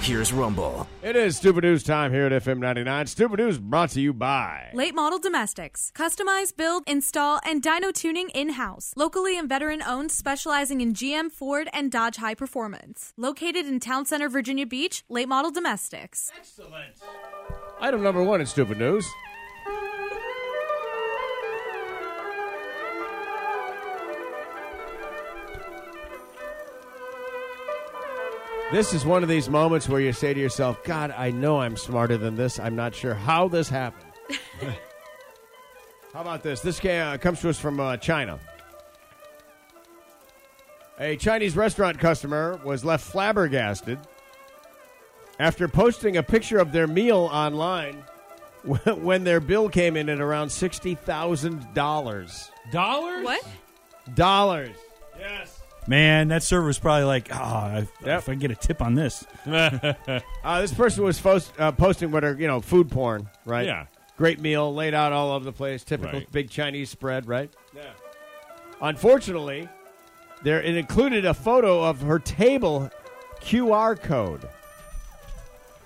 Here's Rumble. It is Stupid News time here at FM 99. Stupid News brought to you by. Late model domestics. Customize, build, install, and dyno tuning in house. Locally and veteran owned, specializing in GM, Ford, and Dodge high performance. Located in Town Center, Virginia Beach, Late Model Domestics. Item number one in Stupid News. This is one of these moments where you say to yourself, God, I know I'm smarter than this. I'm not sure how this happened. how about this? This ca- uh, comes to us from uh, China. A Chinese restaurant customer was left flabbergasted after posting a picture of their meal online when when their bill came in at around $60,000. Dollars? What? Dollars. Man, that server was probably like, ah, if, Yep. if I get a tip on this. Uh, this person was post, uh, posting what are, you know, food porn, right? Yeah. Great meal, laid out all over the place, typical Right. big Chinese spread, right? Yeah. Unfortunately, there it included a photo of her table QR code.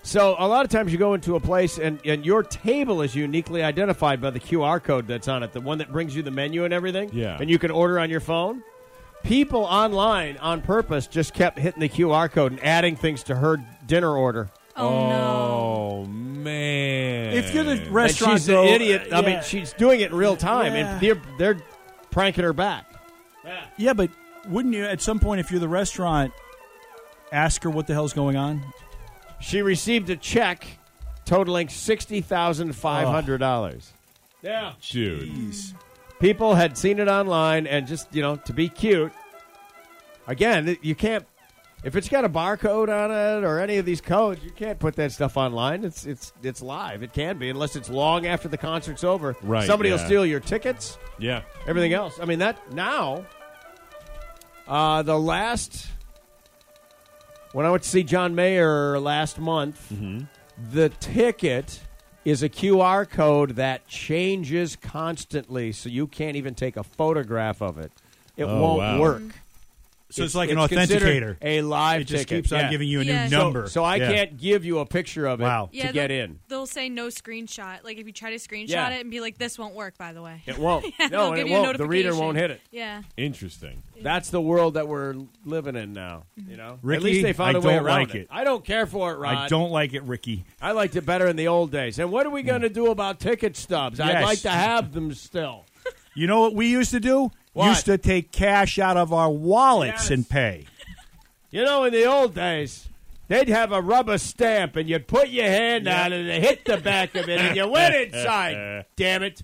So a lot of times you go into a place and, and your table is uniquely identified by the QR code that's on it, the one that brings you the menu and everything. Yeah. And you can order on your phone. People online on purpose just kept hitting the QR code and adding things to her dinner order. Oh, no. man. If you're the And restaurant, she's an though, idiot. uh, I mean, yeah. she's doing it in real time, and Yeah. they're they're pranking her back. yeah, but wouldn't you at some point, if you're the restaurant, ask her what the hell's going on? She received a check totaling sixty thousand five hundred dollars. dude. People had seen it online, and just you know, to be cute. Again, it- you can't. If it's got a barcode on it or any of these codes, you can't put that stuff online. It's it's it's live. It can be unless it's long after the concert's over. Right, Somebody will yeah. steal your tickets. Yeah. everything else. I mean that now. Uh, the last when I went to see John Mayer last month, Mm-hmm. the ticket is a QR code that changes constantly, so you can't even take a photograph of it. It Oh, won't wow. work. So it's, like an considered authenticator. a live It just ticket. keeps on Yeah. giving you a Yeah. new So- number. So I Yeah. can't give you a picture of it Wow. to get in. They'll say no screenshot. Like if you try to screenshot Yeah, it and be like, this won't work, by the way. It won't. they'll no, and give it you a won't. The reader notification. won't hit it. Yeah. Interesting. That's the world that we're living in now. You know, Ricky, at least they found I a way don't around like it. I don't care for it, Rod. I don't like it, Ricky. I liked it better in the old days. And what are we going to do about ticket stubs? I'd Yes. like to have them still. You know what we used to do? What? Used to take cash out of our wallets Yes. and pay. You know, in the old days, they'd have a rubber stamp, and you'd put your hand on it and hit the back of it, and you went inside. Damn it!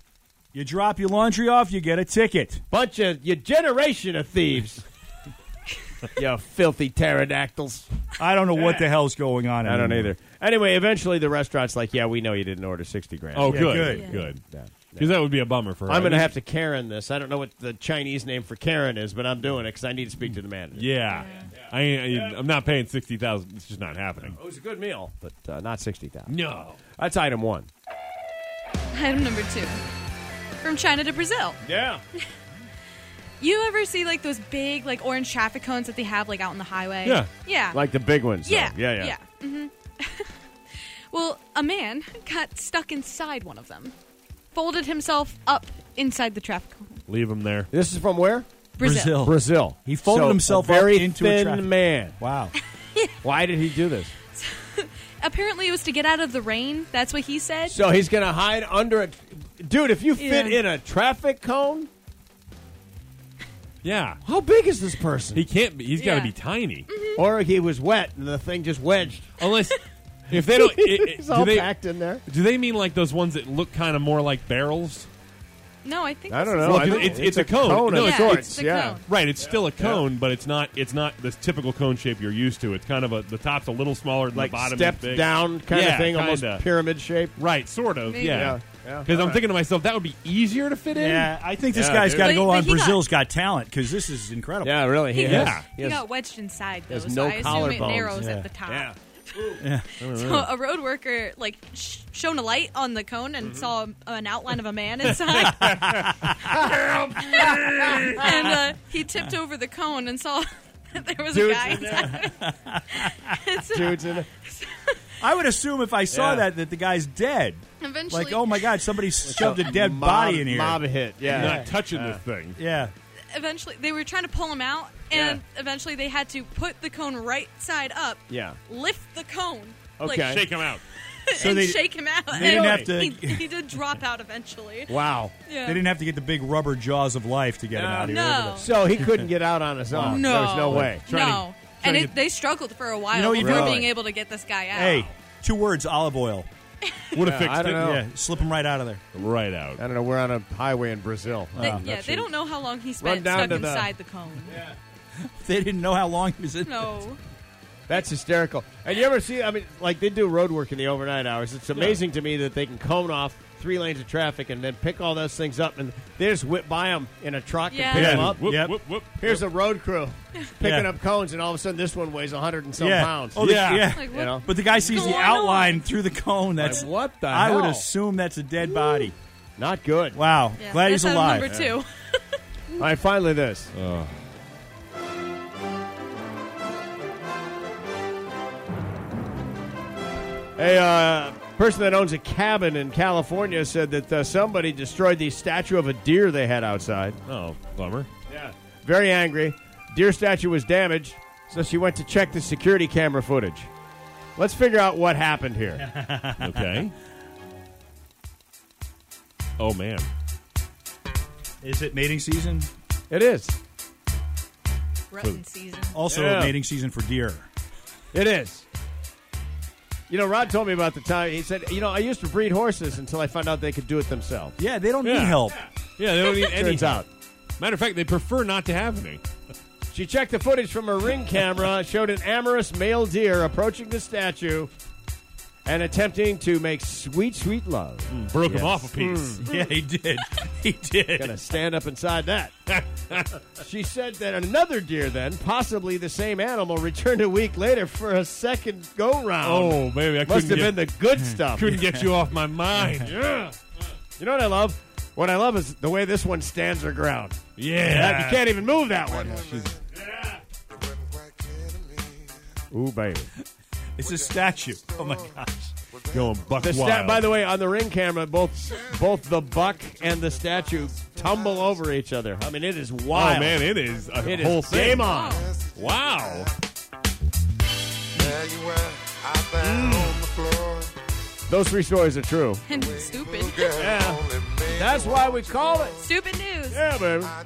You drop your laundry off, you get a ticket. Bunch of your generation of thieves. you filthy pterodactyls. I don't know what the hell's going on. I don't anymore. either. Anyway, eventually the restaurant's like, "Yeah, we know you didn't order sixty grand." Oh, Yeah, good. good. Good. Because that would be a bummer for her. I'm going to have to Karen this. I don't know what the Chinese name for Karen is, but I'm doing it because I need to speak to the manager. Yeah. I, I, I'm not paying 60000 It's just not happening. It was a good meal, but uh, not 60,000. No. That's item one. Item number two. From China to Brazil. Yeah. You ever see like those big like orange traffic cones that they have like out on the highway? Yeah. Yeah. Like the big ones. though. Yeah. Yeah, yeah. hmm well, a man got stuck inside one of them, folded himself up inside the traffic cone. Leave them there. This is from where? Brazil. Brazil. Oh. Brazil. He folded So, himself a very up into thin a traffic. man. Wow. Why did he do this? Apparently, it was to get out of the rain. That's what he said. So he's going to hide under a. Dude, if you fit Yeah. in a traffic cone, Yeah. how big is this person? Mm-hmm. He can't be. He's got to Yeah. be tiny. or he was wet and the thing just wedged. Unless. If they don't, it, it- He's do all they packed in there. do they mean like those ones that look kind of more like barrels? no, I think I this don't is- know. Well, I it's- think it's- it's a cone. No, of yeah, sorts, it's the yeah. cone. Right, it's still a cone, but it's not it's not the typical cone shape you're used to. It's kind of a the top's a little smaller than Like the bottom is stepped big. down kind Yeah, of thing, almost kinda. pyramid shape. Right, sort of. Maybe. Yeah. Yeah. Yeah. Because I'm thinking to myself, that would be easier to fit in. Yeah, I think this Yeah, guy's dude. got to go But- but on he got- Brazil's got, Talent because this is incredible. Yeah, really. He, He has. got- he He has- got wedged inside though, has so no I assume collarbones. it narrows Yeah. at the top. Yeah. So a road worker like sh- shone a light on the cone Mm-hmm. and saw an outline of a man inside. and uh, he tipped over the cone and saw that there was a Dudes guy in inside. And so dudes in it. I would assume if I saw Yeah. that that the guy's dead. eventually, Like, oh my god, somebody shoved a dead Mob- body in here. Mob hit. Yeah. I'm not touching this thing. Yeah, eventually they were trying to pull him out, and eventually they had to put the cone right side up. Yeah. lift the cone. Okay. Like, Shake him out. and they- shake him out. they didn't And have to- He, he did drop out eventually. Wow. Yeah. they didn't have to get the big rubber jaws of life to get him out of here. no. So he couldn't get out on his own. No. There's no way. Trying to- no. trying and to it, get- they struggled for a while You know what you before do? being able to get this guy out. Hey, two words: olive oil. Would have fixed I don't it. know. Yeah, slip him right out of there. Right out. I don't know. We're on a highway in Brazil. They, yeah, they don't know how long he spent down stuck to the- inside the cone. They didn't know how long he was in. No. That's hysterical. And you ever see? I mean, like they do road work in the overnight hours. It's amazing to me that they can cone off three lanes of traffic and then pick all those things up and they just whip by them in a truck Yeah. and pick Yeah. them up. Whoop, Yep. whoop, whoop. Here's a road crew picking Yeah. up cones, and all of a sudden this one weighs hundred and some yeah. pounds. Oh, the- Yeah. yeah. Like, You what? know? But the guy sees the going outline on? through the cone. That's Like, what the I would hell? assume that's a dead body. Not good. Wow. Yeah, Glad that's he's item alive. Number two. All right, finally this. Uh. A uh, person that owns a cabin in California said that uh, somebody destroyed the statue of a deer they had outside. Oh, bummer. Yeah. Very angry. Deer statue was damaged, so she went to check the security camera footage. Let's figure out what happened here. Okay. oh man. Is it mating season? it is. Rutting season. Also, Yeah. mating season for deer. It is. You know, Rod told me about the time. He said, "You know, I used to breed horses until I found out they could do it themselves." Yeah, they don't Yeah. need help. Yeah, they don't need any. Turns out, Matter of fact, they prefer not to have any. she checked the footage from her ring camera. It showed an amorous male deer approaching the statue and attempting to make sweet, sweet love. Mm, Mm. Broke him off a piece. Hmm. Yeah, he did. He Gonna did. stand up inside that. she said that another deer, then possibly the same animal, returned a week later for a second go round. Oh, baby, I must couldn't have get, been the good stuff. couldn't get you off my mind. Yeah. You know what I love? What I love is the way this one stands her ground. Yeah. You can't even move that one. Ooh, baby. It's a statue. Oh my gosh. Going buck The stat, wild. by the way, on the ring camera, both both the buck and the statue tumble over each other. I mean, it is wild. oh man, it is a it whole is thing. game on. Oh, Wow. Those three stories are true. And stupid. That's why we call it. stupid news. Yeah, baby.